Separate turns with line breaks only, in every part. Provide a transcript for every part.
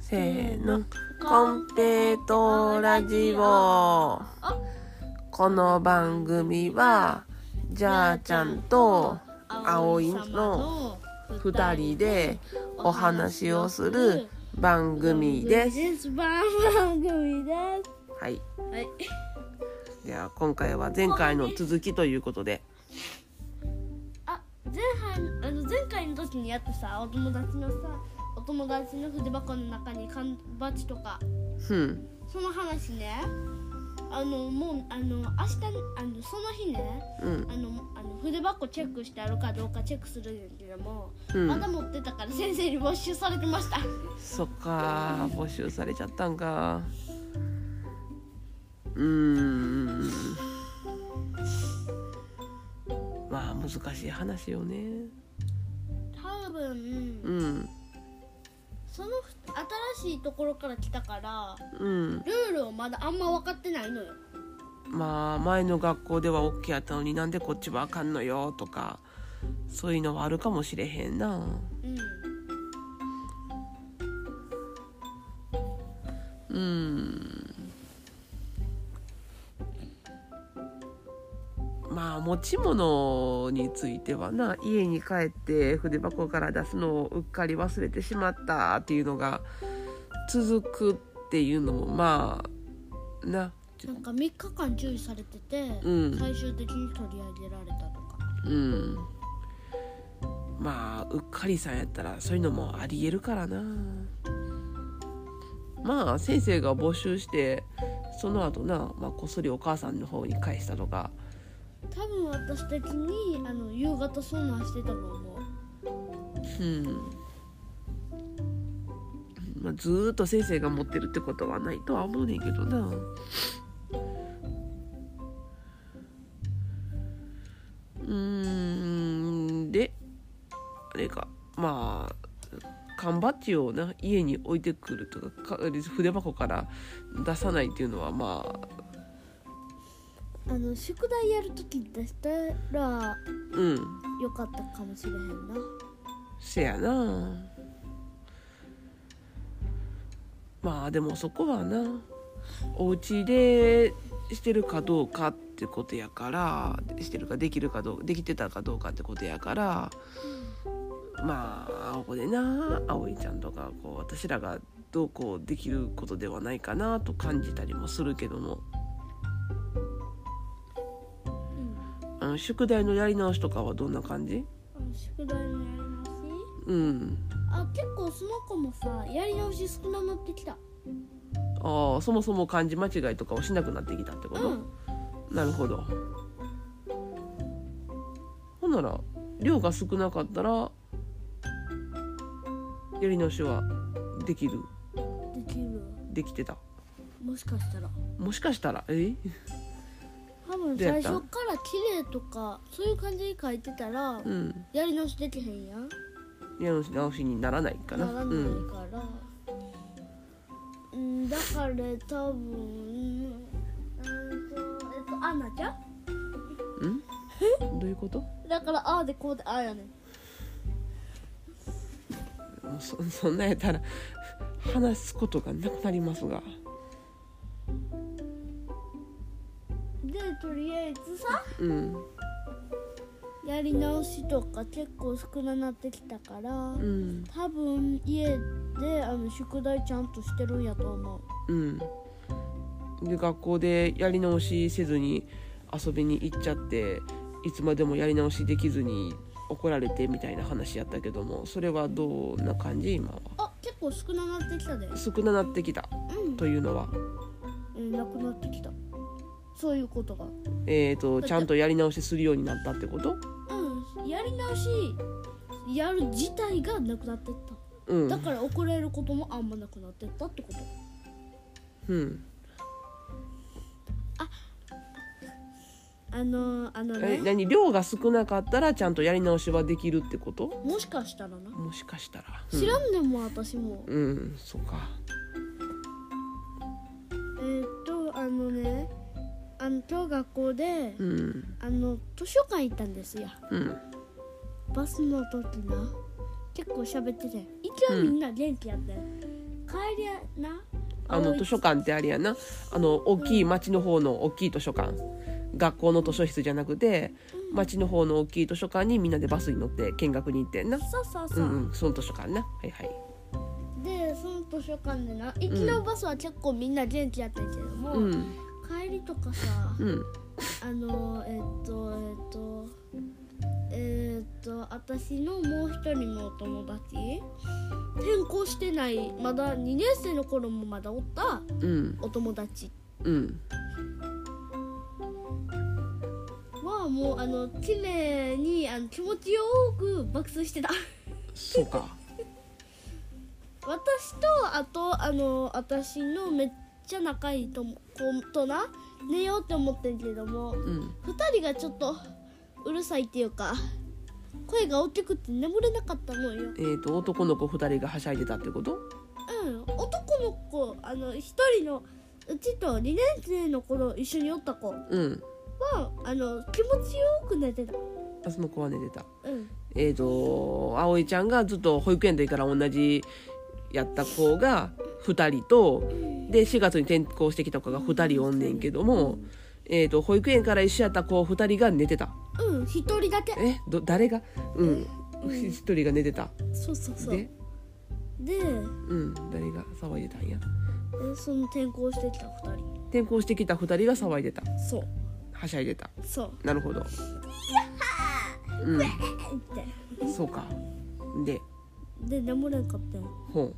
せーの。コンペイトーラジオ。この番組は、じゃあちゃんと、葵の二人でお話をする番組です。
す。番組です。
はい。
はい。
じゃあ今回は前回の続きということで。
あ、前半あの前回の時にやったさ、お友達のさ、お友達の筆箱の中に缶バッジとか、
ふん。
その話ね。あのもうあの明日あのその日ね、
うん。
あのあの筆箱チェックしてあるかどうかチェックするんやけども、
うん
まだ持ってたから先生に没収されてました。
そっか募集されちゃったんかうーんまあ難しい話よね
多分。
うん
そのふ新しいところから来たから
うん
ルールをまだあんま分かってないのよ
まあ前の学校では OK やったのになんでこっちはあかんのよとかそういうのはあるかもしれへんな
うん
うんまあ持ち物についてはな家に帰って筆箱から出すのをうっかり忘れてしまったっていうのが続くっていうのもまあな
なんか3日間注意されてて、
うん
最終的に取り上げられたとか
うんまあうっかりさんやったらそういうのもありえるからなまあ先生が募集してその後な、まあ、こっそりお母さんの方に返したとか
多分私的にあの夕方遭難してたと思う
うん、まあ、ずーっと先生が持ってるってことはないとは思うねんけどなうーんであれかまあ缶バッジをな家に置いてくるとかか筆箱から出さないっていうのはまあ
あの宿題やるとき出したら
うん
よかったかもしれへんな
せやなまあでもそこはなお家でしてるかどうかってことやからしてるかできるかどうできてたかどうかってことやからまあここでな葵ちゃんとかこう私らがどうこうできることではないかなと感じたりもするけどもあの宿題のやり直しとかはどんな感じ
あの宿題のやり直し
うん
あ結構その子もさやり直し少なくなってきた
ああそもそも漢字間違いとかをしなくなってきたってこ
う
と、
ん
なるほどほんなら量が少なかったらやり直しはできる
できるわ
できてた
もしかしたら
もしかしたらえ
多分
どうやっ
最
た
初から綺麗とかそういう感じに書いてたら、
うん
やり直しできへんやん
やり直しにならないかな
らないから、うん、だから多分うんとえっとアンナちゃん
うん、うん、どういうことも
だからあーでこうであーやねん
うそ そんなんやったら話すことがなくなりますが
でとりあえずさ
うん
やり直しとか結構少ななってきたから、
うん
多分家であの宿題ちゃんとしてるんやと思う
うん、で学校でやり直しせずに遊びに行っちゃっていつまでもやり直しできずに怒られてみたいな話やったけどもそれはどんな感じ今は
あ結構少ななってきたで
少ななってきた
うん
というのは、
うんなくなってきたそういうことが
えー、とちゃんとやり直しするようになったってこと
うんやり直しやる自体がなくなってった
うん
だから怒られることもあんまなくなってったってこと
うん、
あのー、あの
え
ね
何量が少なかったらちゃんとやり直しはできるってこと
もしかしたらな
もしかしたら、うん、
知らんでも私も
うんそうか
えーっとあのねあの今日学校で
うん
あの図書館行ったんですよ
うん
バスの時な結構喋ってて一応みんな元気やったよ、帰りやな
あの図書館ってあれやなあの大きい町の方の大きい図書館学校の図書室じゃなくて町の方の大きい図書館にみんなでバスに乗って見学に行ってんな
そうそう
う
そう、
んうんその図書館なはいはい
でその図書館でな行きのバスは結構みんな元気やったけども、
うん
帰りとかさ
うん
あのえっとえっとえっと私のもう一人のお友達転校してないまだ2年生の頃もまだおった
うん
お友達
うん
はもうあの綺麗にあの気持ちよく爆睡してた
そうか
私とあとあの私のめっちゃ仲いい友子とな寝ようって思ってんけども
うん
2人がちょっとうるさいっていうか声が大きくて眠れなかったのよ
えー、と男の子2人がはしゃいでたってこと
うん男の子あの一人のうちと2年生の頃一緒におった子は
うん
あの気持ちよく寝てた
あその子は寝てた
うん
えー、と葵ちゃんがずっと保育園の時から同じやった子が2人とで4月に転校してきた子が2人おんねんけども、えー、と保育園から一緒やった子2人が寝てた
うん一人だけ
えど誰がうん1人が寝てた
そうそうそう
で
で
うん誰が騒いでたんや
えその転校してきた2人
転校してきた2人が騒いでた
そう
はしゃいでた
そう
なるほどう
えって
んそうかで
で眠れんかったよ
ほう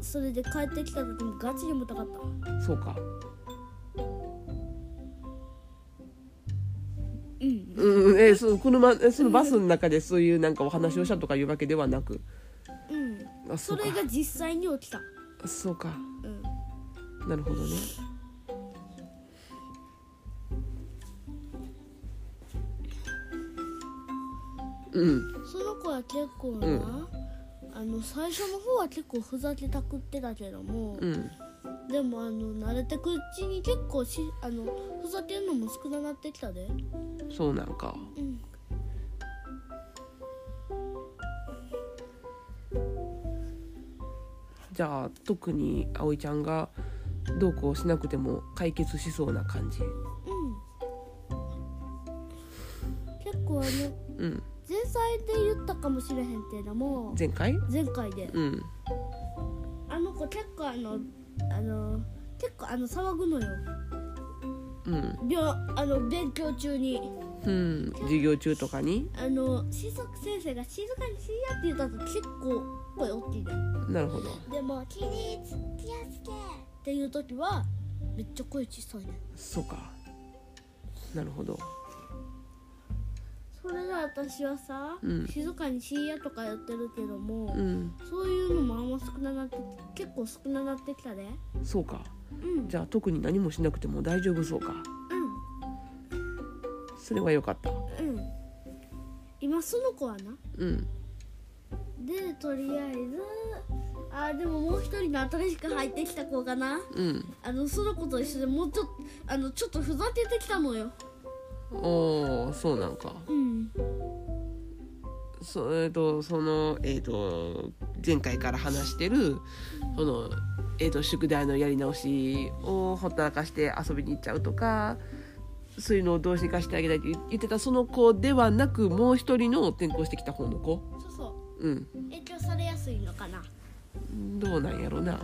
それで帰ってきた時もガチ眠たかった
そうか
うん
うん、えーその車えそのバスの中でそういうなんかお話をしたとかいうわけではなく
うん
あそ
そう
か
れが実際に起きた
そうか
うん
なるほどねうん
その子は結構な、
うん
あの最初の方は結構ふざけたくってたけども、
うん
でもあの慣れてくうちに結構しあのふざけるのも少なくなってきたで
そうなんか
うん
じゃあ特に葵ちゃんがどうこうしなくても解決しそうな感じ
うん結構あの
うん
前菜で言ったかもしれへんけども
前回
前回で
うん
あの子結構あのあの結構あの騒ぐのよ
うん
りょあの勉強中に
うん授業中とかに
あの新作先生が静かにしいやって言ったと結構声大きいで
なるほど
でも「気につ気をつけ」っていう時はめっちゃ声小さいね
そうかなるほど
それで私はさ、
うん
静かにしいやとかやってるけども、
うん
そういうのもあんま少ななって結構少ななってきたで
そうか
うん
じゃあ特に何もしなくても大丈夫そうかそれは良かった
うんうん今その子はな
うん
でとりあえずあーでももう一人の新しく入ってきた子かな
うん
あのその子と一緒でもうちょっとあのちょっとふざけてきたのよ
おーそうなんか
うん
そえー、とそのえっ、と前回から話してるそのえー、と宿題のやり直しをほったらかして遊びに行っちゃうとかそういうのをどうにかしてあげたいって言ってたその子ではなくもう一人の転校してきた方の子
そうそ
うん
う影響されやすいのかな
どうなんやろな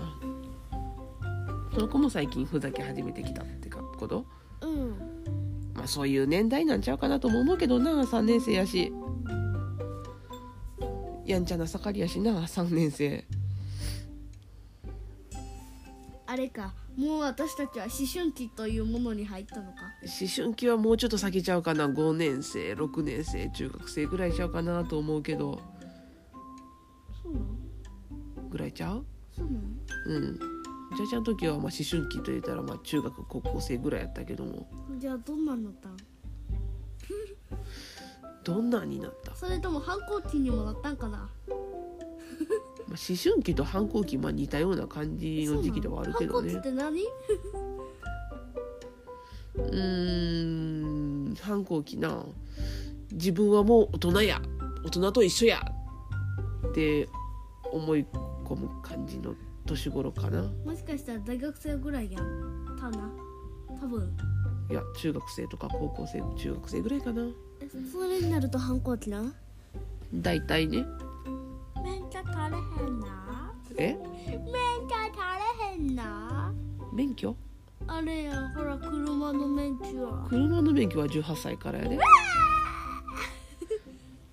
その子も最近ふざけ始めてきたってかこと
うん
まあそういう年代なんちゃうかなとも思うけどな3年生やしやんちゃな盛りやしな3年生
あれかもう私たちは思春期というものに入ったのか
思春期はもうちょっと先ちゃうかな5年生6年生中学生ぐらいちゃうかなと思うけど
そうなん
ぐらいちゃう
そうなん
うんじゃあちゃん時はまあ思春期と言ったらまあ中学高校生ぐらいやったけども
じゃあどんなんだったん
どんなになった、ま
それとも反抗期にもなったんかな
あ、思春期と反抗期まあ似たような感じの時期ではあるけどね
そうなん反抗期って
うーん反抗期な自分はもう大人や大人と一緒やって思い込む感じの年頃かな
もしかしたら大学生ぐらいやんたな多分
いや中学生とか高校生中学生ぐらいかな
えそれになると反抗期な
大体ね
めんちゃ足れへんな
え
めんちゃ足れへんな
免許
あれやほら車の免許は
車の免許は18歳からやで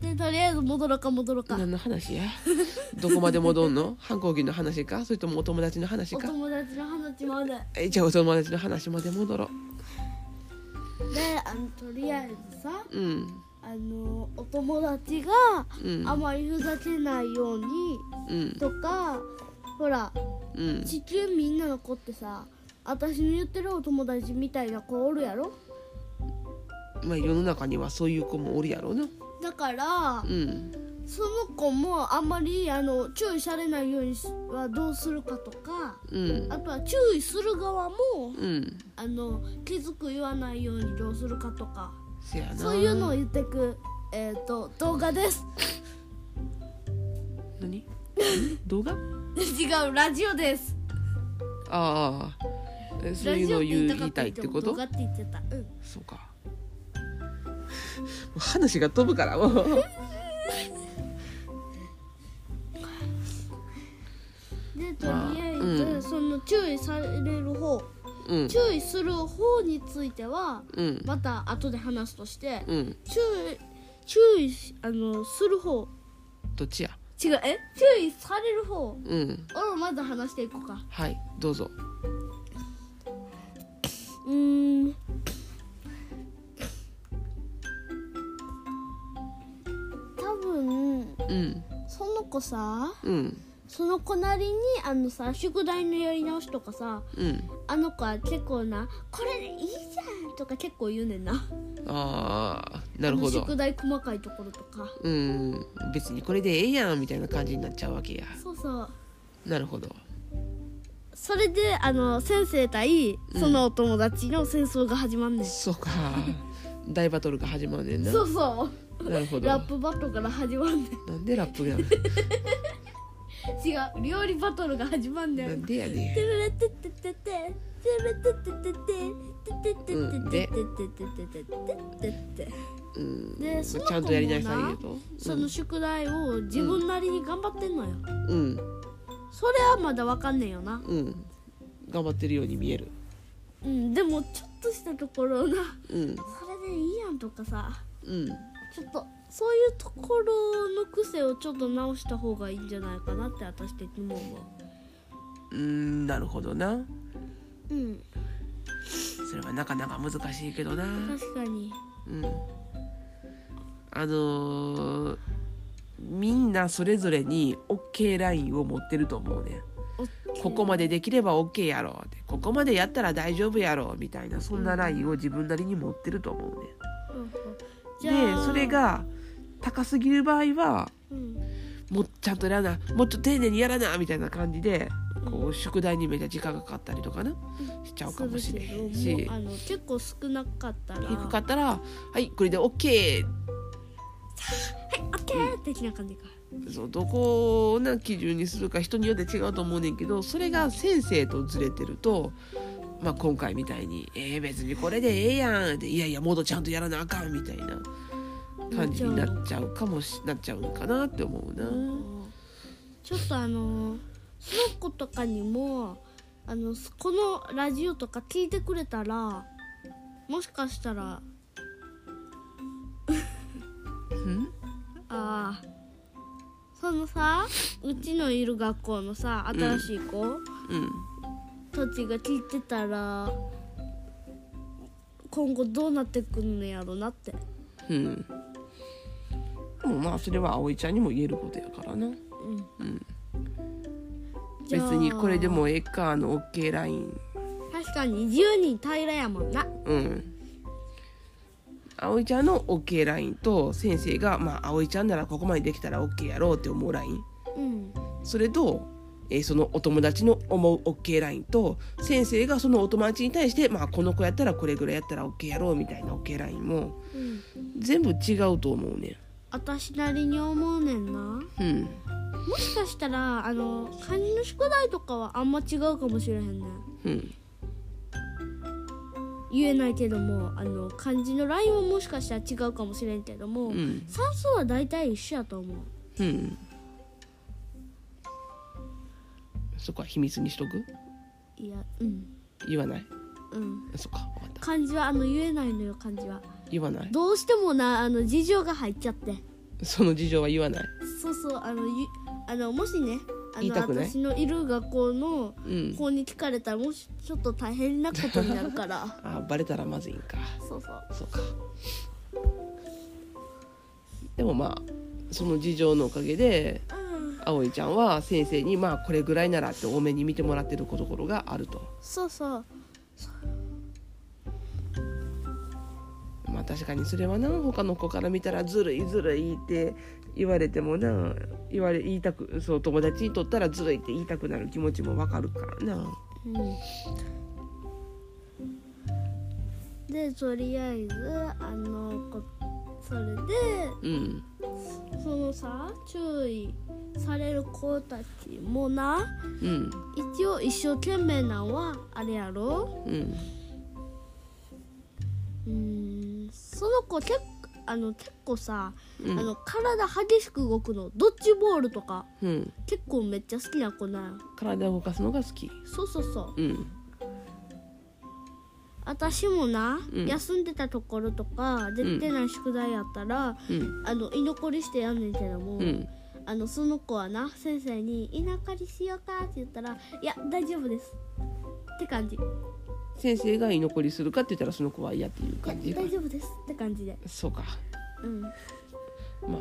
でとりあえず戻ろうか戻ろうか
何の話やどこまで戻んの反抗期の話かそれともお友達の話
お
か
友達の話まで
えじゃあお友達の話まで戻ろう
であのとりあえずさ
うん
あのお友達が
うん
あまりふざけないように
うん
とかほら
うん
地球みんなの子ってさ私の言ってるお友達みたいな子おるやろ
まあ世の中にはそういう子もおるやろうな
だから
うん
その子もあんまりあの注意されないようにしはどうするかとか
うん
あとは注意する側も
うん
あの気づく言わないようにどうするかとか
せやな
そういうのを言ってく、えー、と動画です
何 動画
違うラジオです
ああえそういうのを言う言いたいってこ
ラジオって言ったかって言っても動
と
画って言ってたうん
そうかも う話が飛ぶからもう
でとりあえず、
うん
その注意される方
うん
注意する方については
うん
また後で話すとして
うん
注意注意しあのする方
どっちや
違うえ注意される方を
うん
まず話していこうか
はいどうぞ
うーん多分
うん
その子さ
うん
その子なりにあのさ宿題のやり直しとかさ
うん
あの子は結構な「これでいいじゃん」とか結構言うねんな
ああなるほ
あの
ど
宿題細かいところとか
うん別にこれでええやんみたいな感じになっちゃうわけや
そうそう
なるほど
それであの先生対
うん
そのお友達の戦争が始まんねん、
そう か大バトルが始まんねんな
そうそ
なるほ
う
ど
ラップバトルから始まんねん
なんでラップが
違う料理バトルが始まんね
なんんでやねん
てるれてってってっててるれてってってっててててててててててててて
うん
でその
ちゃんとやりなさいよと
その宿題を自分なりに頑張ってんのよ
うん
それはまだわかんねえよな
うん頑張ってるように見える
うんでもちょっとしたとこ
う
ろな
ん
それでいいやんとかさ
うん
ちょっとそういうところの癖をちょっと直した方がいいんじゃないかなって私的にも思
うんなるほどな
ううん
それはなかなか難しいけどな
確かに
うんあのーみんなそれぞれに OK ラインを持ってると思うね
お
ここまでできれば OK やろうってここまでやったら大丈夫やろうみたいなそんなラインを自分なりに持ってると思うね
うんうんじ
で
ゃあ
それが高すぎる場合は
うん
もうちゃんとやらなもうちょっと丁寧にやらなみたいな感じでこう宿題にめっちゃ時間がかかったりとかなしちゃうかもしれへん
するけ
し
どもうあの結構少なかったら
低かったら「はいこれで OK
はいオッケー的な感じか」
そうどこをな基準にするか人によって違うと思うねんけどそれが先生とずれてると、まあ、今回みたいに「えー、別にこれでええやん」で「いやいやもっとちゃんとやらなあかん」みたいな感じになっちゃうかもしなっちゃうんかなって思うな。
ちょっとあのその子とかにもあのこのラジオとか聞いてくれたらもしかしたら
ん
ああそのさうちのいる学校のさ新しい子
うん
たちが聞いてたら今後どうなってくんのやろなって
うんでもまあそれは葵ちゃんにも言えることやからな
うん、じ
別
ゃあ
にこれでもええかあの OK ライン
確かに10人平らやもんな
うん葵ちゃんの OK ラインと先生がまあ葵ちゃんならここまでできたら OK やろうって思うライン
うん
それと、えーそのお友達の思う OK ラインと先生がそのお友達に対してまあこの子やったらこれぐらいやったら OK やろうみたいな OK ラインも
うん
全部違うと思うねん
私なりに思うねんな
うん
もしかしたらあの漢字の宿題とかはあんま違うかもしれへんね
うん
言えないけどもあの漢字のラインはもしかしたら違うかもしれんけども、
うん
算数は大体一緒やと思う
うんそこは秘密にしとく
いやうん
言わない
うん
そっか分かった
漢字はあの言えないのよ漢字は
言わない
どうしてもなあの事情が入っちゃって
その事情は言わない
そうそうあのゆあのもしねあ
言い
の
たくない
私のいる学校の
うん
子に聞かれたらもしちょっと大変なことになるから
あバレたらまずいんか
そうそう
そうかでもまあその事情のおかげで
うん
葵ちゃんは先生にまあこれぐらいならって多めに見てもらってるところがあると
そうそう
まあ確かにそれはな他の子から見たらずるいずるいって言われてもな言われ言いたくそう友達にとったらずるいって言いたくなる気持ちもわかるからな
うんでとりあえずあのこそれ
うん
でそのさ注意される子たちもな
うん
一応一生懸命なんはあれやろ
うん
うーんその子結構あの結構さ、
うん
あの体激しく動くのドッジボールとか
うん
結構めっちゃ好きな子なんよ
体を動かすのが好き
そうそうそう
うん
私もな、
うん
休んでたところとか出てない宿題やったら、
うん
あの居残りしてやんねんけども、
うん
あのその子はな先生に「居残りしようか」って言ったら「いや大丈夫です」って感じ「
先生が居残りするかって言ったらその子は嫌っていう感じか
大丈夫です」って感じで
そうか
うん、う
ま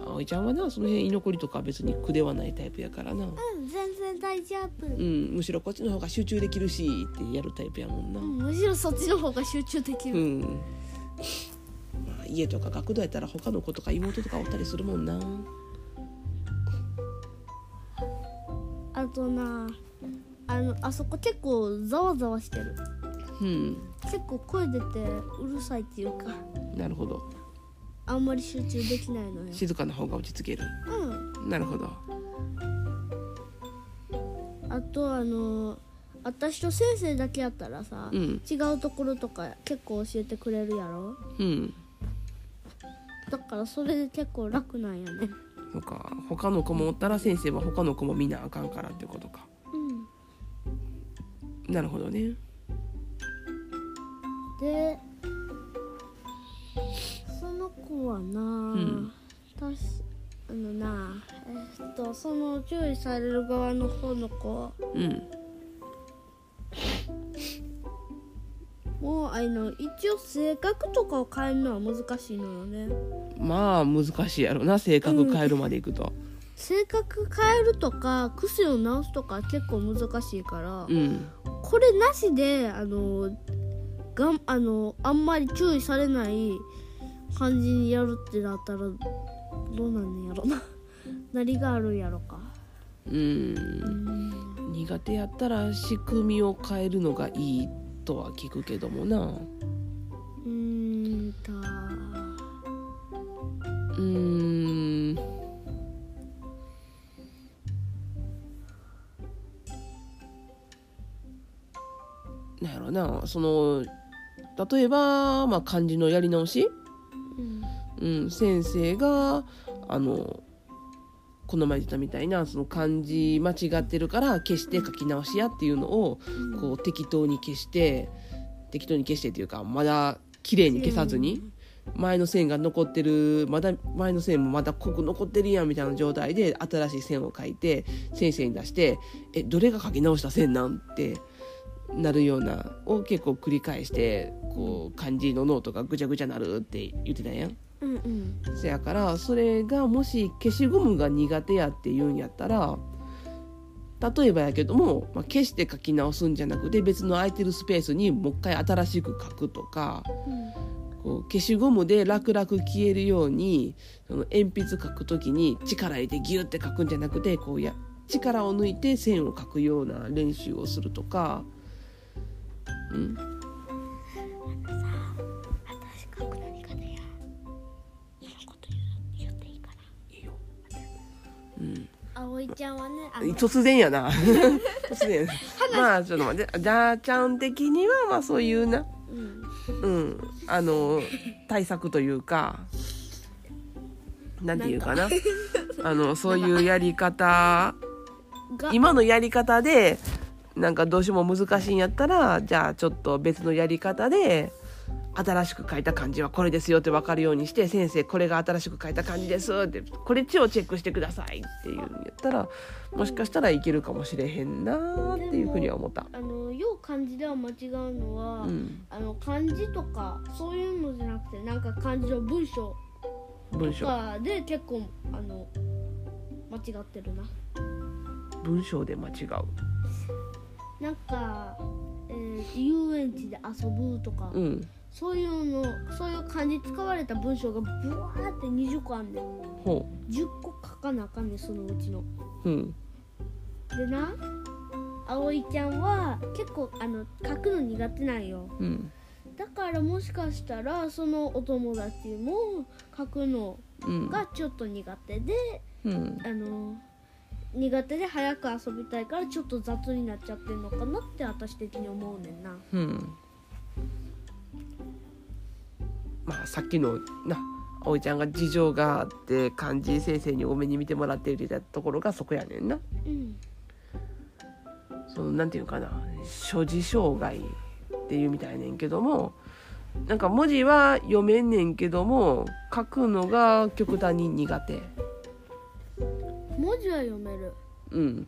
あ葵ちゃんはなその辺居残りとか別に苦ではないタイプやからな、
ん、全然大丈夫、
う
う
ん、
ん
むしろこっちの方が集中できるしってやるタイプやもんな
むしろそっちの方が集中でき
う
る、
ん、まあ、家とか学童やったら他の子とか妹とかおったりするもんな
あとなあのあそこ結構ざわざわしてる
うん
結構声出てうるさいっていうか
なるほど
あんまり集中できないのよ
静かな方が落ち着ける
うん
なるほど
あとあの私と先生だけやったらさ、
うん
違うところとか結構教えてくれるやろ
うん
だからそれで結構楽なんやね
そうか他の子もおったら先生は他の子も見なあかんからってことか
うん
なるほどね
でその子はな、
ん
たしあのなえっとその注意される側の方の子
うん
もうあの一応性格とかを変えるのは難しいのよね
まあ難しいやろな性格変えるまでいくと
性格変えるとか癖を直すとか結構難しいから、
うん
これなしであのがんあのあんまり注意されない感じにやるってなったらどうなんねやろな 何があるんやろか
うん苦手やったら仕組みを変えるのがいいとは聞くけどもな
うーんと
うーんなんやろなその例えば、まあ、漢字のやり直し、
うん
うん、先生があのこの前言ったみたいなその漢字間違ってるから消して書き直しやっていうのをこう適当に消して適当に消してっていうかまだ綺麗に消さずに。前の線が残ってるまだ前の線もまだ濃く残ってるやんみたいな状態で新しい線を書いて先生に出して「えどれが書き直した線なん?」ってなるようなを結構繰り返してこう漢字のノートがぐちゃぐちゃなるって言ってたやん。
うんうん
せやからそれがもし消しゴムが苦手やって言うんやったら例えばやけども、まあ、消して書き直すんじゃなくて別の空いてるスペースにもう一回新しく書くとか。
うん
こう消しゴムで楽々消えるようにその鉛筆書くときに力入れてギュって書くんじゃなくてこうや力を抜いて線を書くような練習をするとか、うん、
私書く何かでやそのこと言う言っていいかな
うん、
葵ちゃんはねあの
突然やな 突然やなまあちょっと待ってじゃあちゃん的にはまあそういうな
うん
うんあの対策というかなんていうかなあのそういうやり方
が
今のやり方でなんかどうしても難しいんやったらじゃあちょっと別のやり方で新しく書いた漢字はこれですよって分かるようにして先生これが新しく書いた漢字ですってこれちをチェックしてくださいっていうんやったらもしかしたらいけるかもしれへんなーっていうふうには思った。
あのよう漢字では間違うのは、
うん、
あの漢字とかそういうのじゃなくてなんか漢字の文章
文
と
章
かで結構あの間違ってるな
文章で間違う。
なんか、えー遊園地で遊ぶとか、
うん、
そういうのそういう漢字使われた文章がブワーって20個あんねん
ほ
10個書かなあかんねんそのうちの
う、うん、
でな葵ちゃんは結構あの書くの苦手なんよ
うん、
だからもしかしたらそのお友達も書くの
うん、
がちょっと苦手で
うん、
あの苦手で早く遊びたいからちょっと雑になっちゃってんのかなって私的に思うねんな
うん。まあさっきのな葵ちゃんが事情があって漢字先生に多めに見てもらっているところがそこやねんな。
うん
そのなんていうのかな所持障害っていうみたいねんけどもなんか文字は読めんねんけども書くのが極端に苦手。
文字は読める
うん。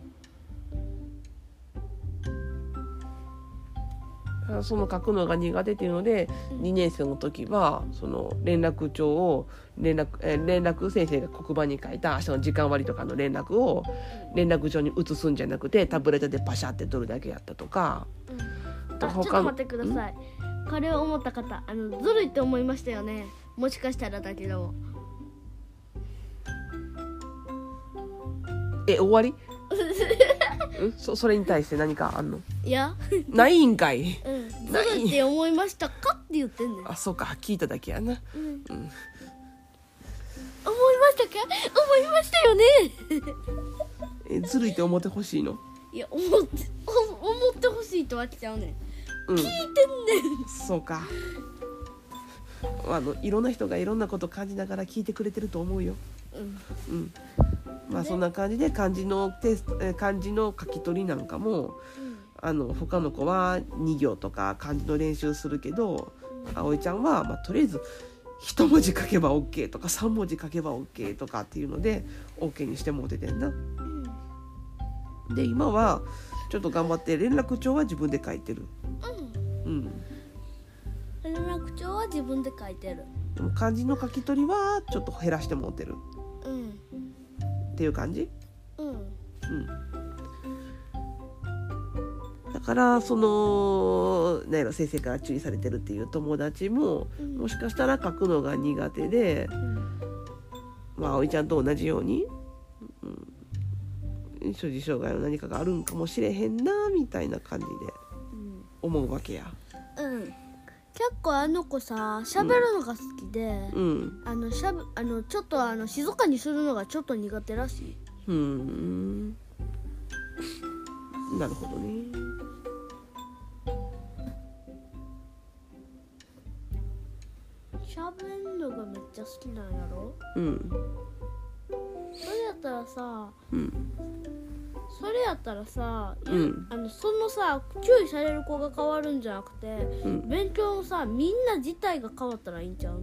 ただその書くのが苦手っていうので、
うん
2年生の時はその連絡帳を連絡えー連絡先生が黒板に書いた明日の時間割とかの連絡を連絡帳に移すんじゃなくてタブレットでパシャって取るだけやったとか
あちょっと待ってくださいこれを思った方あのずるいって思いましたよねもしかしたらだけど
え終わ りうんそそれに対して何かあんの
い や、
ないんかい
うん、ずるいって思いましたかって言ってんねん
あそうか聞いただけやな
うん思いましたか思いましたよね
えずるいって思ってほしいの
いや思ってお思ってほしいとは来ちゃうねん
うん
聞いてんねん
そうか。あのいろんな人がいろんなこと感じながら聞いてくれてると思うよ。
うん
うん。まあ
ね
そんな感じで漢字のテストえー漢字の書き取りなんかもあの他の子は2行とか漢字の練習するけど、葵ちゃんはまあとりあえず一文字書けば OK とか3文字書けば OK とかっていうので OK にしてもうててんな。
うん
で今はちょっと頑張って連絡帳は自分で書いてる。うん。
連絡帳は自分で書いてる
でも漢字の書き取りはちょっと減らしてもうてる。
うん
っていう感じ、
うん
うん、だからその何やろ先生から注意されてるっていう友達も
うん
もしかしたら書くのが苦手で、
うん
まあ葵ちゃんと同じように、うん、所持障害の何かがあるんかもしれへんなみたいな感じで
うん
思うわけや。
うん結構あの子さ喋るのが好きで、
うん、
あのしゃぶあのちょっとあの静かにするのがちょっと苦手らしい
うんなるほどね。
喋るのがめっちゃ好きなんやろ
うん、
それやったらさ
うん、
それやったらさ、いや
うん
あのそのさ注意される子が変わるんじゃなくて、
ん
勉強のさみんな自体が変わったらいいんちゃうの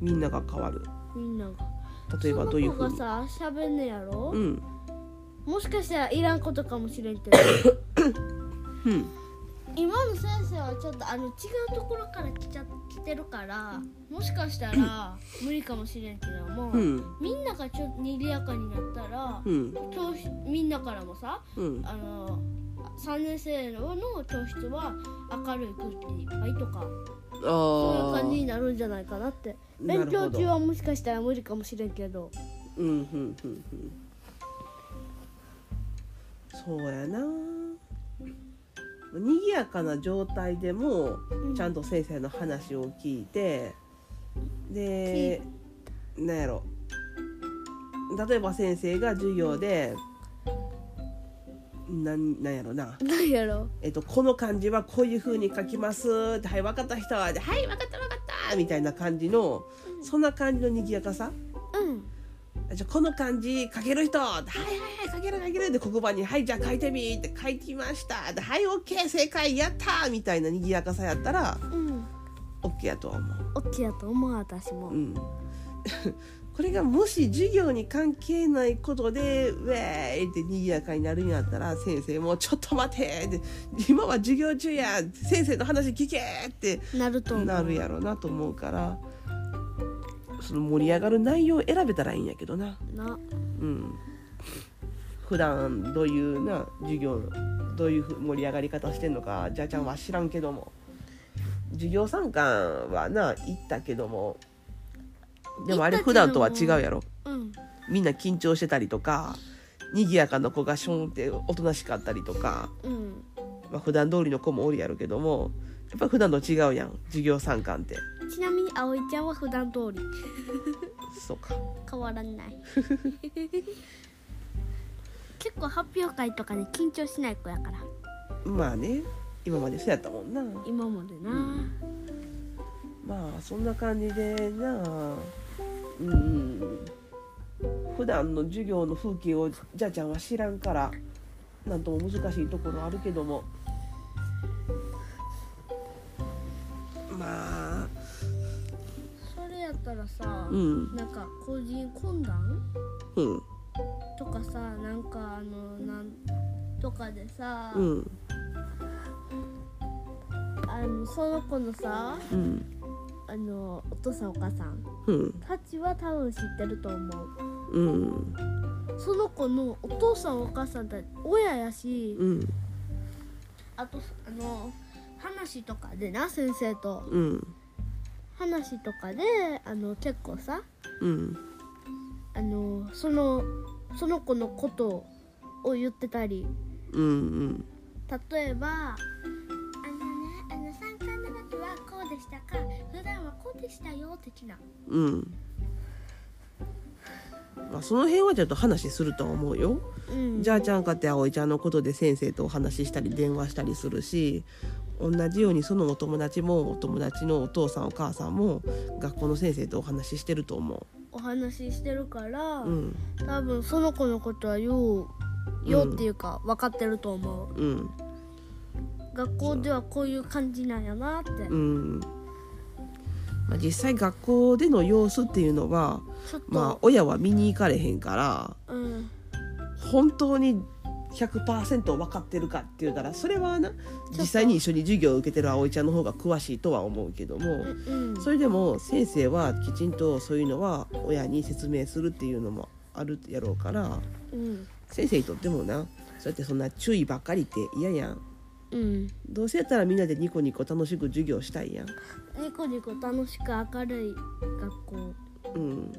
みんなが変わる。
みんなが
例えばどういう
そ
ふ
の
う
子
に。
がさ喋んねやろ、
うん、
もしかしたらいらんことかもしれん けど
うん、
今の先生はちょっとあの違うところから来ちゃ来てるからもしかした ら無理かもしれんけども、
うん、
みんながちょっと賑やかになったら、
うん、
教室みんなからもさ
うん。
あの3年生の教室は明るい空気いっぱいとかそういう
ああ
感じになるんじゃないかなって
なる
勉
ほど
強中はもしかしたら無理かもしれんけど
うんうんうんうんそうやな賑やかな状態でも
うん
ちゃんと先生の話を聞いて、でなんやろ例えば先生が授業でなんなんやろな、
何やろ
えっと、この漢字はこういう風に書きますって「はい分かった人は」で「はい分かった分かった」みたいな感じのそんな感じの賑やかさ
うん
じゃあこの漢字書ける人はいはいはい書ける書けるで黒板に「はいじゃあ書いてみ」って書いてみましたで「はい OK 正解やった!」みたいな賑やかさやったら
うん
OK やとは思う。
オッケーやと思う私も、
うん これがもし授業に関係ないことでウェーイって賑やかになるんやったら先生も「ちょっと待て!」って「今は授業中や先生の話聞け!」って
なると思う
なるやろなと思うからその盛り上がる内容を選べたらいいんやけどな。
な
うん普段どういうな授業どういうふう盛り上がり方してんのかじゃあちゃんは知らんけども授業参観はな行ったけどもでもあれ
行ったけ
普
ども
段とは違うやろ
うん
みんな緊張してたりとか賑やかな子がションっておとなしかったりとか、
うん
まあ普段通りの子もおるやろけどもやっぱ普段と違うやん授業参観って
ちなみに葵ちゃんは普段通り
そうか
変わらない 結構発表会とかに緊張しない子やから
まあね今までそうやったもんな
今までな、
んまあそんな感じでなあうん普段の授業の風景をじゃあちゃんは知らんからなんとも難しいところあるけどもまあ
それやったらさ、
うん
なんか個人懇談
うん
とかさなんかあのなんとかでさ、
うん
あのその子のさ
うん
あのお父さんお母さん
うん
たちは多分知ってると思う
うん
その子のお父さんお母さんたち親やし、
うん
あとあの話とかでな先生と
うん
話とかであの結構さ
うん
あのそのその子のことを言ってたり
うん
例えばあのねあの参観の時はこうでしたか普段はこうでしたよ的な
うんまあその辺はちょっと話するとは思うよ。
うん
じゃあちゃんかって葵ちゃんのことで先生とお話ししたり電話したりするし同じようにそのお友達もお友達のお父さんお母さんも学校の先生とお話ししてると思
お話ししてるから、
ううん
多分その子のことはよ
う
うんよっていうか分かってると思う、
うん
学校ではこういう感じなんやなって、
うん、まあ、実際学校での様子っていうのは
ちょっと、
まあ親は見に行かれへんから
うん
本当に100%分かってるかって言うたらそれはな実際に一緒に授業を受けてる葵ちゃんの方が詳しいとは思うけども。
うん
それでも先生はきちんとそういうのは親に説明するっていうのもあるやろうから
うん
先生にとってもなそうやってそんな注意ばっかりって嫌やん
うん
どうせやったらみんなでニコニコ楽しく授業したいやん
ニコニコ楽しく明るい学校
うん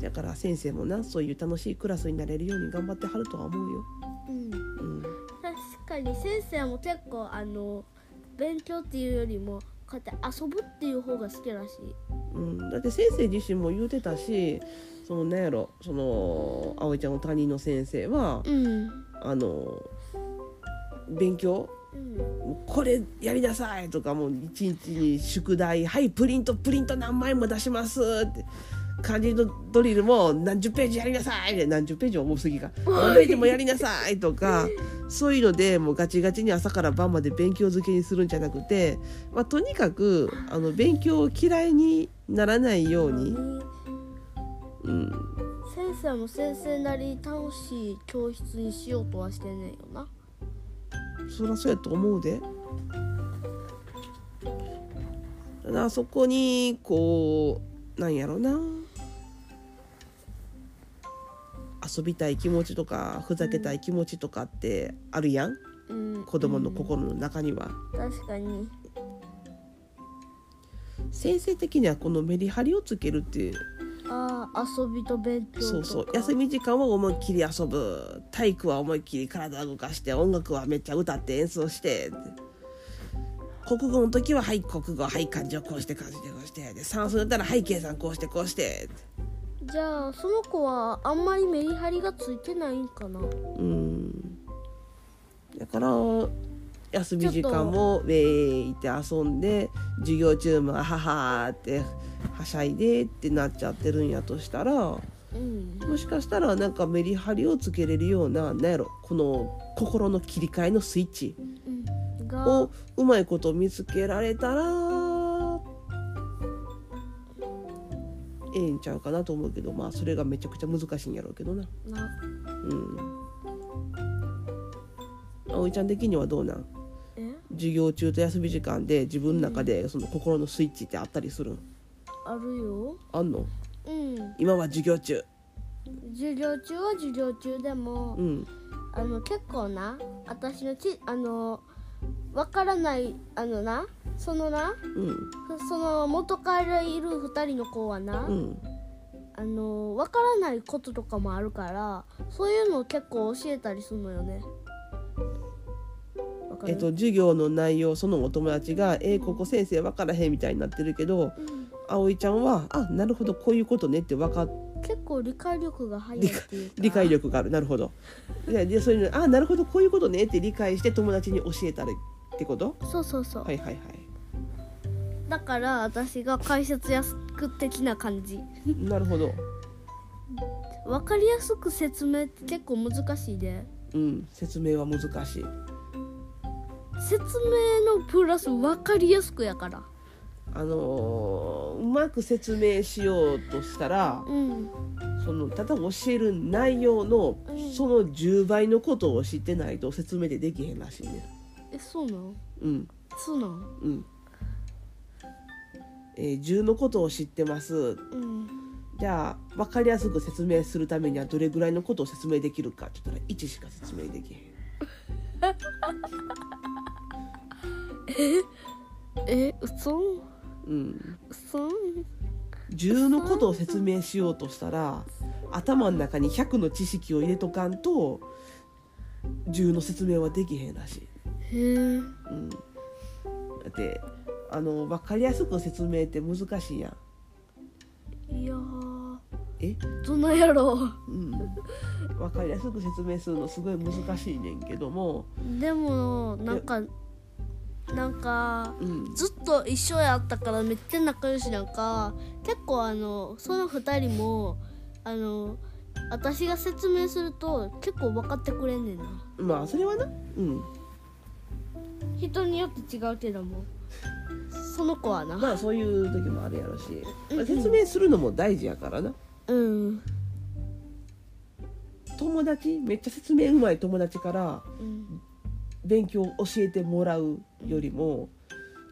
だから先生もなそういう楽しいクラスになれるように頑張ってはるとは思うよ
うん
うん
確かに先生も結構あの勉強っていうよりもこうやって遊ぶっていう方が好きらしい
うん、だって先生自身も言うてたしそのなんやろその葵ちゃんの担任の先生は
うん
あの勉強
うん
もうこれやりなさいとかもう一日に宿題はいプリントプリント何枚も出しますって漢字のドリルも何十ページやりなさいで何十ページは重すぎか何ページもやりなさいとかそういうのでもうガチガチに朝から晩まで勉強漬けにするんじゃなくて、まあ、とにかくあの勉強を嫌いにならないように、うん、
先生も先生なり楽しい教室にしようとはしてねえよな
そりゃそうやと思うで。なそこにこうなんやろな遊びたい気持ちとかふざけたい気持ちとかってあるやん
うん
子供の心の中には。
確かに
先生的にはこのメリハリをつけるって
ああ遊びと勉強とか
そうそう休み時間は思いっきり遊ぶ体育は思いっきり体動かして音楽はめっちゃ歌って演奏して国語の時ははい国語はい漢字をこうして漢字でこうしてで算数だったらはい計算こうしてこうして
じゃあその子はあんまりメリハリがついてないんかな
うんだから休み時間もウェイって遊んで授業中もあははーってはしゃいでってなっちゃってるんやとしたらも
うん
しかしたらなんかメリハリをつけれるようななんやろこの心の切り替えのスイッチ
うんが
をうまいこと見つけられたらええんちゃうかなと思うけどまあそれがめちゃくちゃ難しいんやろうけどな。
な
うん。葵ちゃん的にはどうなん
え
授業中と休み時間で自分の中でその心のスイッチってあったりするん
あるよ
あんの
うん
今は授業中
授業中は授業中でも、
うん
あの結構な私のちあのわからないあのなその
う
な
ん
その元からいる2人の子はな、
うん
あのわからないこととかもあるからそういうのを結構教えたりするのよねわかる
えっと授業の内容そのお友達が「えここ先生分からへん」みたいになってるけど
うん
葵ちゃんは「あなるほどこういうことね」って分かっ
結構理解力が早いっていうか
理解力があるなるほどででそういうの「あなるほどこういうことね」って理解して友達に教えたりってこと
そうそうそう、
はいはいは
だから私が解説やすく的な感じ
いなるほど
わかりやすく説明って結構難しいで
うん説明は難しい
説明のプラスわかりやすくやから
あのーうまく説明しようとしたら
うん
そのただ教える内容の
うん
その10倍のことを知ってないと説明でできへんらしいね
えそうなの
うん
そうなの
うん、えー10のことを知ってます
うん
じゃあ分かりやすく説明するためにはどれぐらいのことを説明できるかって言ったら1しか説明できへん
え嘘
うん、
嘘
10のことを説明しようとしたら頭の中に100の知識を入れとかんと10の説明はできへんらしい
へえ
うん、だってあの分かりやすく説明って難しいやん
いやー
え、
どないやろ
うん、分かりやすく説明するのすごい難しいねんけども、
うでもなんかなんか
うん、
ずっと一緒やったからめっちゃ仲良しなんか結構あのその2人もあの私が説明すると結構分かってくれんねんな
まあそれはな、うん、
人によって違うけどもその子はな
まあそういう時もあるやろし、まあ説明するのも大事やからな
うん、
友達めっちゃ説明うまい友達から
うん、
勉強を教えてもらうよりも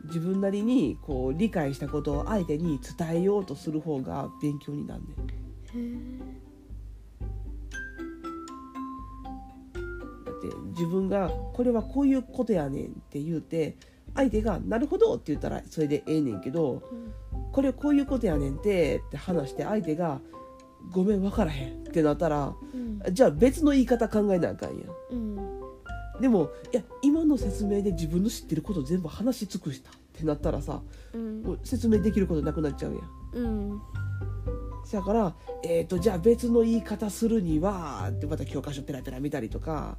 自分なりにこう理解したことを相手に伝えようとする方が勉強になんねん。
へー
だって自分が「これはこういうことやねん」って言うて相手が「なるほど」って言ったらそれでええねんけど
うん
「これこういうことやねんて」って話して相手が「ごめん分からへん」ってなったら
うん
じゃあ別の言い方考えなあかんやん
うん
でもいや今の説明で自分の知ってること全部話し尽くしたってなったらさ
うん
もう説明できることなくなっちゃうやん
うん
そやから、えー、とじゃあ別の言い方するにはってまた教科書ペラペラ見たりとか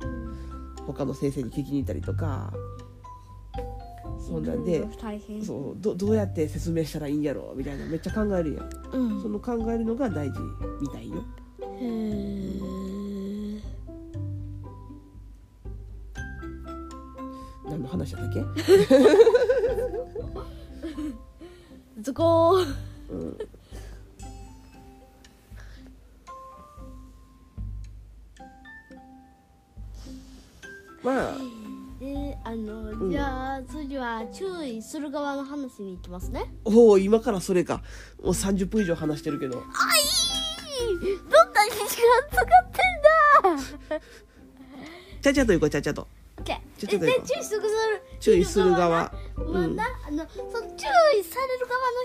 他の先生に聞きに行ったりとかそんなんで
う大変
そうどどうやって説明したらいいんやろみたいなめっちゃ考えるやん
うん
その考えるのが大事みたいよ
へー
何の話だっけ、
ズコー
うん、まあ
であの、じゃあ次は注意する側の話に行きますね
おお今からそれかもう30分以上話してるけど
あいどんなに時間使ってんだ
ちゃちゃと行こうちゃちゃと
OK
ちょっと待
え
っ
で
て
注意する
注意する側
まあ
うん
なあのその注意される側の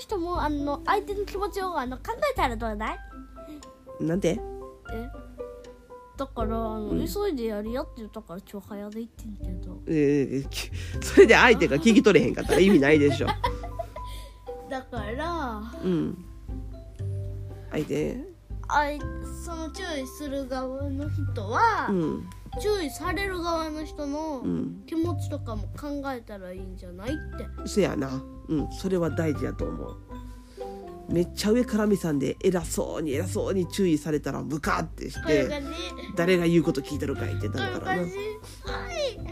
人もあの相手の気持ちをあの考えたらどうだい
なんて
えだからあの、
うん
急いでやりやって言ったから超早で言ってんけど
えーきそれで相手が聞き取れへんかったら意味ないでしょ
だから
うん相手
あいその注意する側の人は、
うん
注意される側の人の
うん
気持ちとかも考えたらいいんじゃないって
そやなうんそれは大事やと思うめっちゃ上から見さんで偉そうに偉そうに注意されたらムカってし
こういう
て
感じ
誰が言うこと聞いてるかいって
こう
なる
いう
から
感
な
じはいあな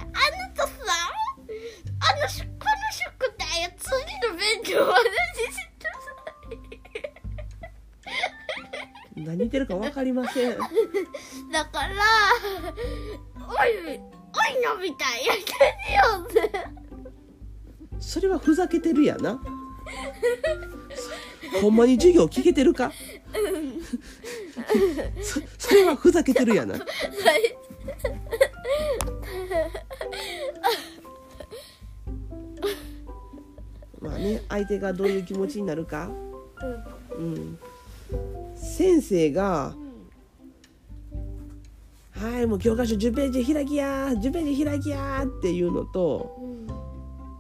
たさあのしこの宿題や次の勉強は私知って
何言ってるか分かりません
るだからおいおいのび太やってみようぜ
それはふざけてるやなほんまに授業聞けてるかそそれはふざけてるやなまあね相手がどういう気持ちになるかうん先生が「はいもう教科書10ページ開きやー10ページ開きやー」っていうのと
うん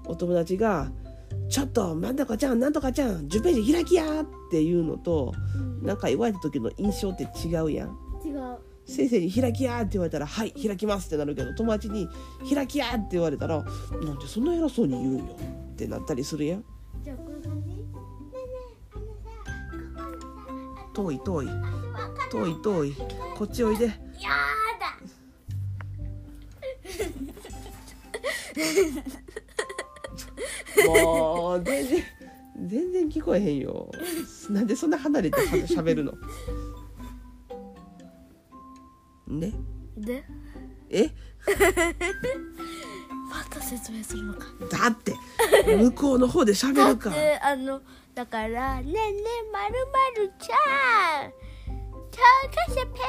お友達が「ちょっとまんだかちゃんなんとかちゃん10ページ開きや!」っていうのとなんか言われた時の印象って違うやん。
違う
先生に「開きや!」って言われたら「はい開きます」ってなるけど友達に「開きや!」って言われたら「なんでそんな偉そうに言うんよ」ってなったりするやん。
じゃあこういう感じねえねえあのさここに
遠
さ
い遠い
あわかっ
遠い遠いこっちおいで
やだ
もう全然全然聞こえへんよなんでそんな離れてしゃべるのね
で
え
また説明するのか
だって向こうの方で喋
だ
る
っ
か
てあのだから「ねえねえまるまるちゃん教科書ページ」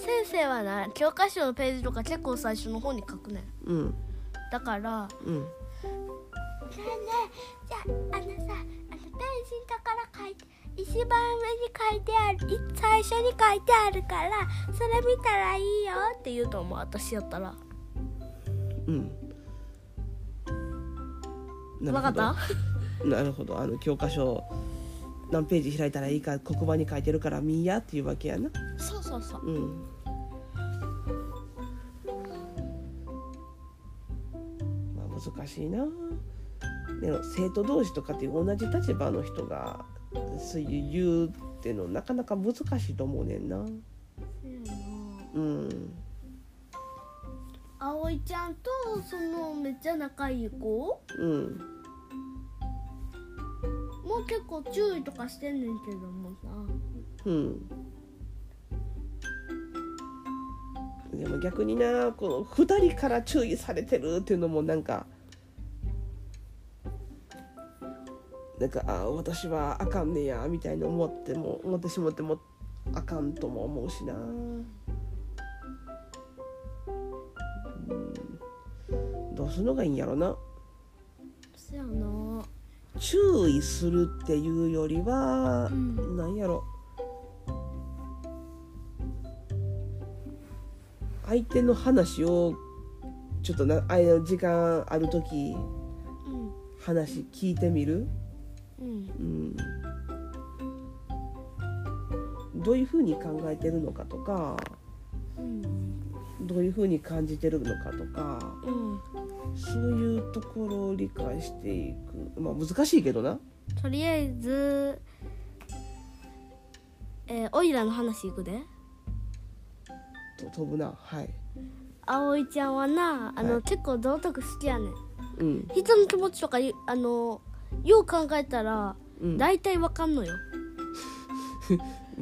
先生はな教科書のページとか結構最初の方に書くねん
うん
だから「ね
うん
えねえじゃああのさあのページのところ書いて一番上に書いてあるい最初に書いてあるからそれ見たらいいよ」って言うと思う私やったら
うんなる
わ
ほ
か
ど
った
なるほどあの教科書何ページ開いたらいいか黒板に書いてるから見いやっていうわけやな
そうそうそう
うんまあ難しいなでも生徒同士とかっていう同じ立場の人がそういう言うってのなかなか難しいと思うねんなうん
葵ちゃんとそのめっちゃ仲いい子
うん
もう結構注意とかしてんねんけどもさ
うんでも逆になこの2人から注意されてるっていうのもなんかなんかあ私はあかんねやみたいに思っても思ってしまってもあかんとも思うしな、うん、どうするのがいいんやろな
そやな
注意するっていうよりは、
うん
なんやろ相手の話をちょっとなあの時間ある時
うん
話聞いてみる、
うん
うん、どういうふうに考えてるのかとか
うん
どういうふうに感じてるのかとか
うん
そういうところを理解していくまあ難しいけどな
とりあえずえー、オイラの話いくで
と飛ぶなはい。
葵ちゃんはなあの、
はい
結構道徳好きやねん
うん
人の気持ちとかゆあのよう考えたら
うん
大体わかんのよ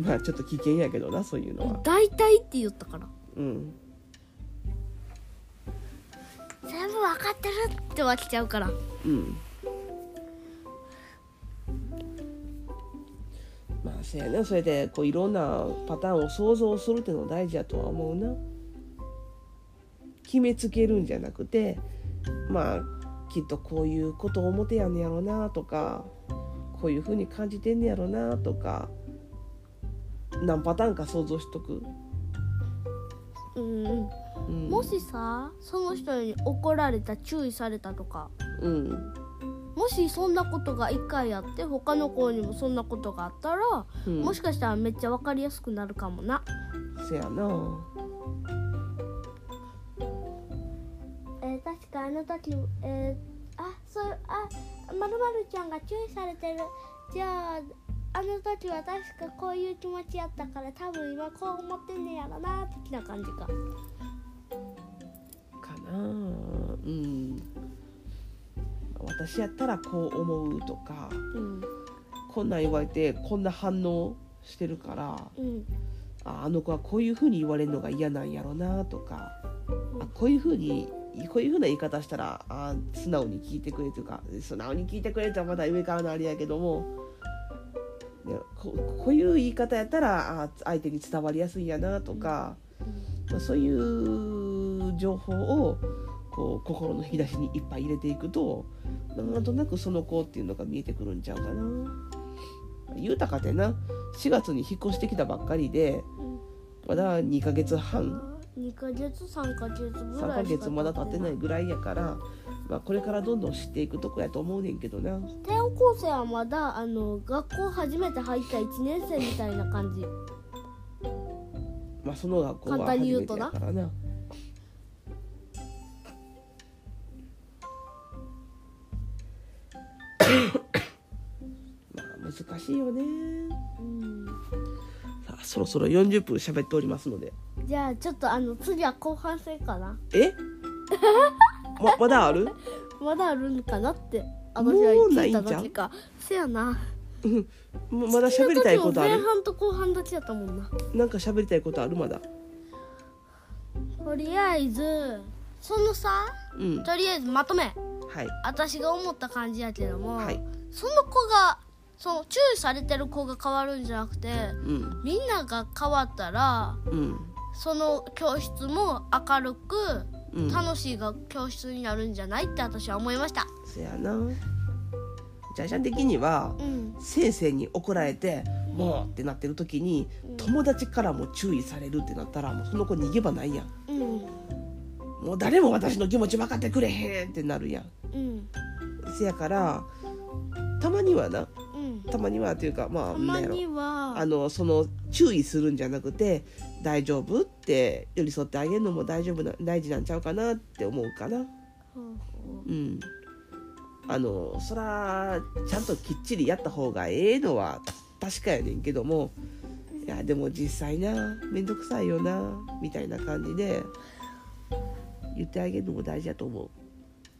まあちょっと危険やけどなそういうのは
大体って言ったから
うん
全部わかってるってわけちゃうから
うんまあせやなそれでこういろんなパターンを想像するっていうのが大事やとは思うな決めつけるんじゃなくてまあきっとこういうことを思てやんねやろなとかこういうふうに感じてんねやろなとか何パターンか想像しとく、
うんうん
うん、
もしさその人に怒られた注意されたとか
うん
もしそんなことが1回あって他の子にもそんなことがあったら、
うん
もしかしたらめっちゃ分かりやすくなるかもな
せやな
えー確かあの時、えーあそうあまるまるちゃんが注意されてるじゃああの時は確かこういう気持ちやったから多分今こう思ってんねやろな
的な感じか
かなうん私やったらこう思うとか
うん
こんなん言われてこんな反応してるから
うん
ああの子はこういうふうに言われるのが嫌なんやろなとかあこういうふうにこういうふうな言い方したらあ素直に聞いてくれとか素直に聞いてくれとはまだ上からのあれやけども、ね、ここういう言い方やったらあ相手に伝わりやすいんやなとか、まあ、そういう情報をこう心の引き出しにいっぱい入れていくとなんとなくその子っていうのが見えてくるんちゃうかな。豊かでな4月に引っ越してきたばっかりでまだ2ヶ月半
2ヶ月3ヶ月ぐ
3
ら
ヶ
いし
月
か
まだ経ってないぐらいやから、まあ、これからどんどん知っていくとこやと思うねんけどな
転校生はまだあの学校初めて入った1年生みたいな感じ
まあその学校は
簡単
初
に
め
言う
て
と
や
な
からな まあ難しいよね
うん
さあそろそろ40分喋っておりますので
じゃあちょっとあの次は後半戦かな
えままだある
まだあるのかなって
も
私は
うな
聞
い
い
んじ
た
ゃん
だけかせやな
ままだ喋りたいことあ
前
る
半と後半だけやったもんな
なんか喋りたいことあるまだ
とりあえずそのさ
うんは
とりあえずまとめ
い
私が思った感じやけども、
はい
その子がその注意されてる子が変わるんじゃなくて
うん
みんなが変わったら
うん
その教室も明るく
うん
楽しいが教室になるんじゃないって私は思いました
そやなじゃじゃん的には
うん
先生に怒られて「もう!」ってなってる時に友達からも注意されるってなったらもうその子逃げ場ないやん
うん
もう誰も私の気持ち分かってくれへんってなるやん
うん
せやからたまにはな
うん
たまにはというかまあ
たま
なんやろ
には
あのその注意するんじゃなくて「大丈夫?」って寄り添ってあげるのも大丈夫な大事なんちゃうかなって思うかな。うん、あのそらちゃんときっちりやった方がええのは確かやねんけどもいやでも実際な面倒くさいよなみたいな感じで言ってあげるのも大事だと思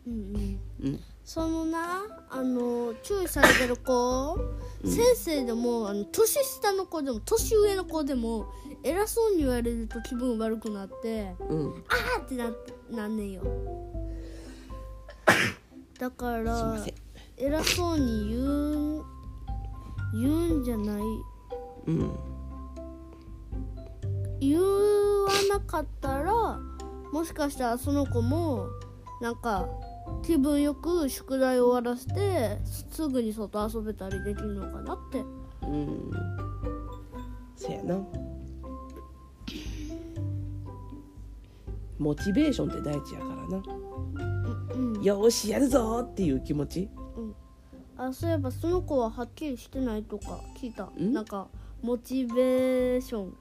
うんうん
う。うん、
そのなあの注意されてる子、先生でもあの年下の子でも年上の子でも偉そうに言われると気分悪くなって
うん、
あーってななんねんよだか
すい
ら
ません。
偉そうに言うん言うんじゃない
うん、
言わなかったらもしかしたらその子もなんか気分よく宿題を終わらせてすぐに外遊べたりできるのかなって
うん、せやな。モチベーションって大事やからな。
うん
よーしやるぞーっていう気持ち。
あそういえばその子ははっきりしてないとか聞いた
ん
なんかモチベーション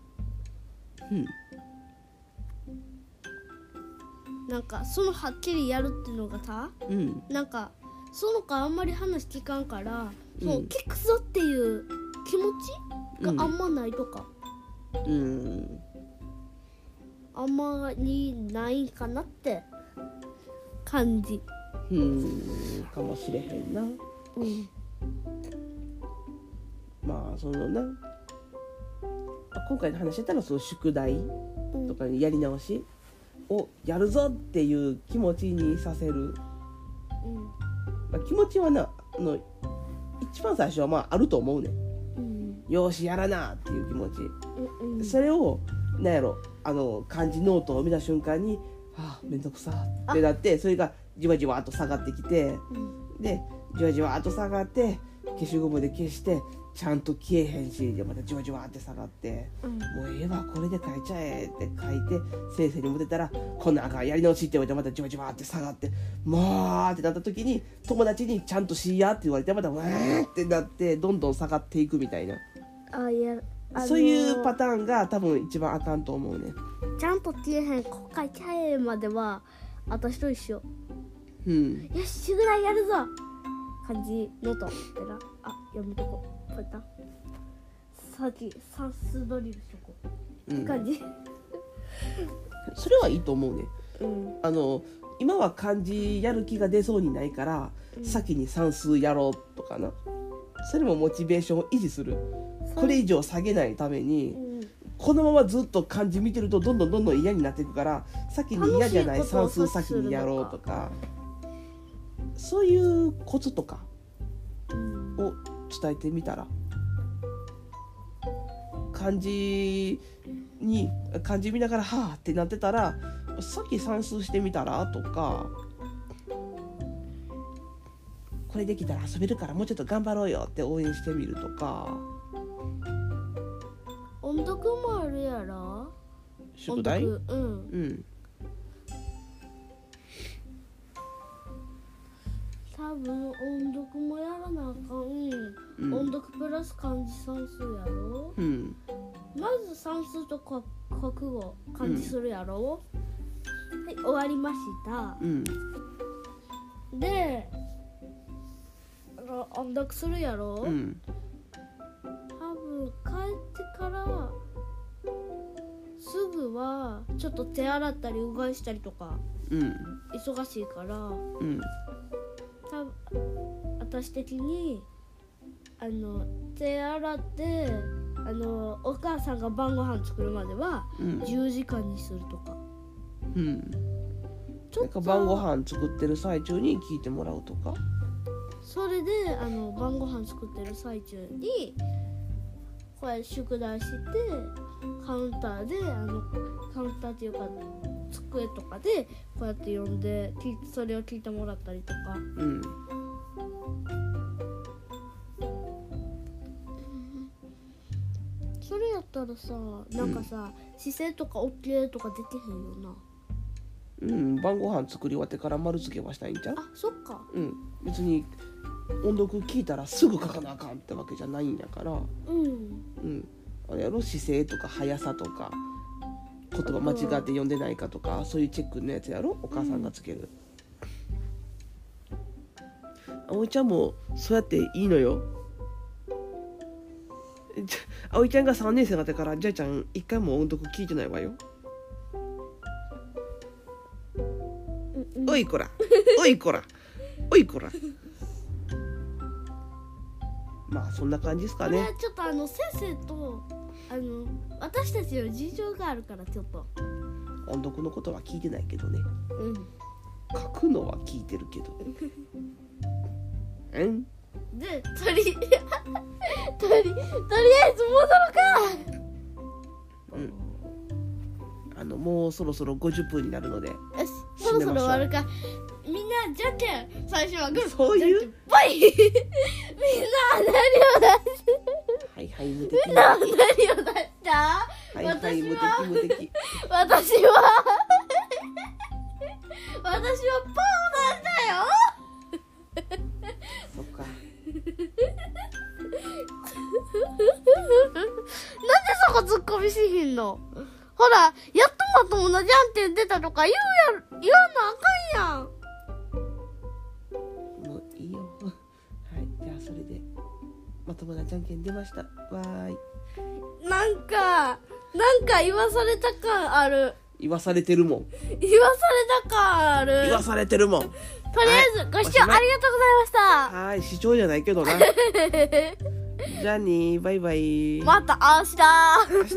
うん、
なんかそのはっきりやるっていうのがさ
うん。
なんかその子あんまり話聞かんから、
うん
もう聞くぞっていう気持ちがあんまないとか、
うん
あんまりないかなって感じ
うんかもしれへんな
うん
まあそのなあ今回の話やったらその宿題
うん
とかやり直しをやるぞっていう気持ちにさせる、
うん
まあ、気持ちはなあの一番最初はまああると思うねん
うん
よーしやらなっていう気持ち、
うん
それをなんやろあの漢字ノートを見た瞬間に「ああ面倒くさ」ってなってそれがじわじわっと下がってきて。
うん
でじわじわっと下がって消しゴムで消してちゃんと消えへんしでまたじわじわって下がって
うん
「もうええわこれで書いちゃえ」って書いて先生に持てたら「こんなんあかんやり直し」って言われてまたじわじわって下がって「もう」ってなった時に友達に「ちゃんとしいや」って言われてまた「わー」ってなってどんどん下がっていくみたいな
あいやあの
そういうパターンが多分一番あかんと思うね。
ちゃんと消えへん後悔ちゃえまでは私と一緒
うん、
よし宿題やるぞ感じのとペラあやめとここうやったさっき算数ドリルしとこ
うん、
感じ
それはいいと思うね。
うん
あの今は漢字やる気が出そうにないから、先に算数やろうとかなそれもモチベーションを維持するこれ以上下げないために、このままずっと漢字見てるとどんどんどんどん嫌になっていくから先に嫌じゃない
楽しいこと
算数
を
先にやろうとかそういうコツとかを伝えてみたら漢字に漢字見ながら「はあ」ってなってたら「さっき算数してみたら?」とか「これできたら遊べるからもうちょっと頑張ろうよ」って応援してみるとか
音読もあるやろ
宿題
音読うん
うん
多分音読もやらなあかん、
うん
音読プラス漢字算数やろ
うん
まず算数とか国語漢字するやろ、はい終わりました
うん
であの音読するやろ、
うん
多分帰ってからすぐはちょっと手洗ったりうがいしたりとか
うん
忙しいから
うん
多分私的にあの手洗ってあのお母さんが晩ご飯作るまでは
うん
10時間にするとか
うん
ち
な
ょ
ん
っ
か
と
晩ご飯作ってる最中に聞いてもらうとか
それであの晩ご飯作ってる最中にこれ宿題してカウンターであのカウンターっていうか机とかでこうやって読んで聞いそれを聞いてもらったりとか
うん
それやったらさなんかさ、姿勢とか OK とかできへんよな
うん晩ご飯作り終わってから丸付けはしたいんじゃん
あそっか
うん別に音読聞いたらすぐ書かなあかんってわけじゃないんやから
うん
うんあれやろ姿勢とか速さとか言葉間違って読んでないかとかそういうチェックのやつやろお母さんがつける、葵ちゃんもそうやっていいのよじゃ葵ちゃんが3年生になってからじゃあちゃん一回も音読聞いてないわよ
うん
おいこらおいこらおいこらまあそんな感じですか
これ
ね
はちょっとあの先生とあの私たちの事情があるからちょっと
音読のことは聞いてないけどね
うん
書くのは聞いてるけどうん
でとりとりとりあえず戻ろうか
うんあのもうそろそろ50分になるので
よしそろそろ終わるかみんなじゃんけん最初はグー
そういう
じゃんけんぽいみんな
はいはい無敵
何を出し何を出した
はいはい無敵無敵
私は私は私はパーを出したよ
そっか
なんでそこ突っ込みしひんのほら、やっとまともなじゃんけん出たとか言うやろ、言わなあかんやん。
もういいよはいじゃあそれでまともなじゃんけん出ましたわーい
なんか、なんか言わされた感ある。
言わされてるもん
言わされた感ある。
言わされてるもん
とりあえず、ご視聴ありがとうございまし
はい視聴じゃないけどな じゃあねーバイバイ
た。また明日。
明日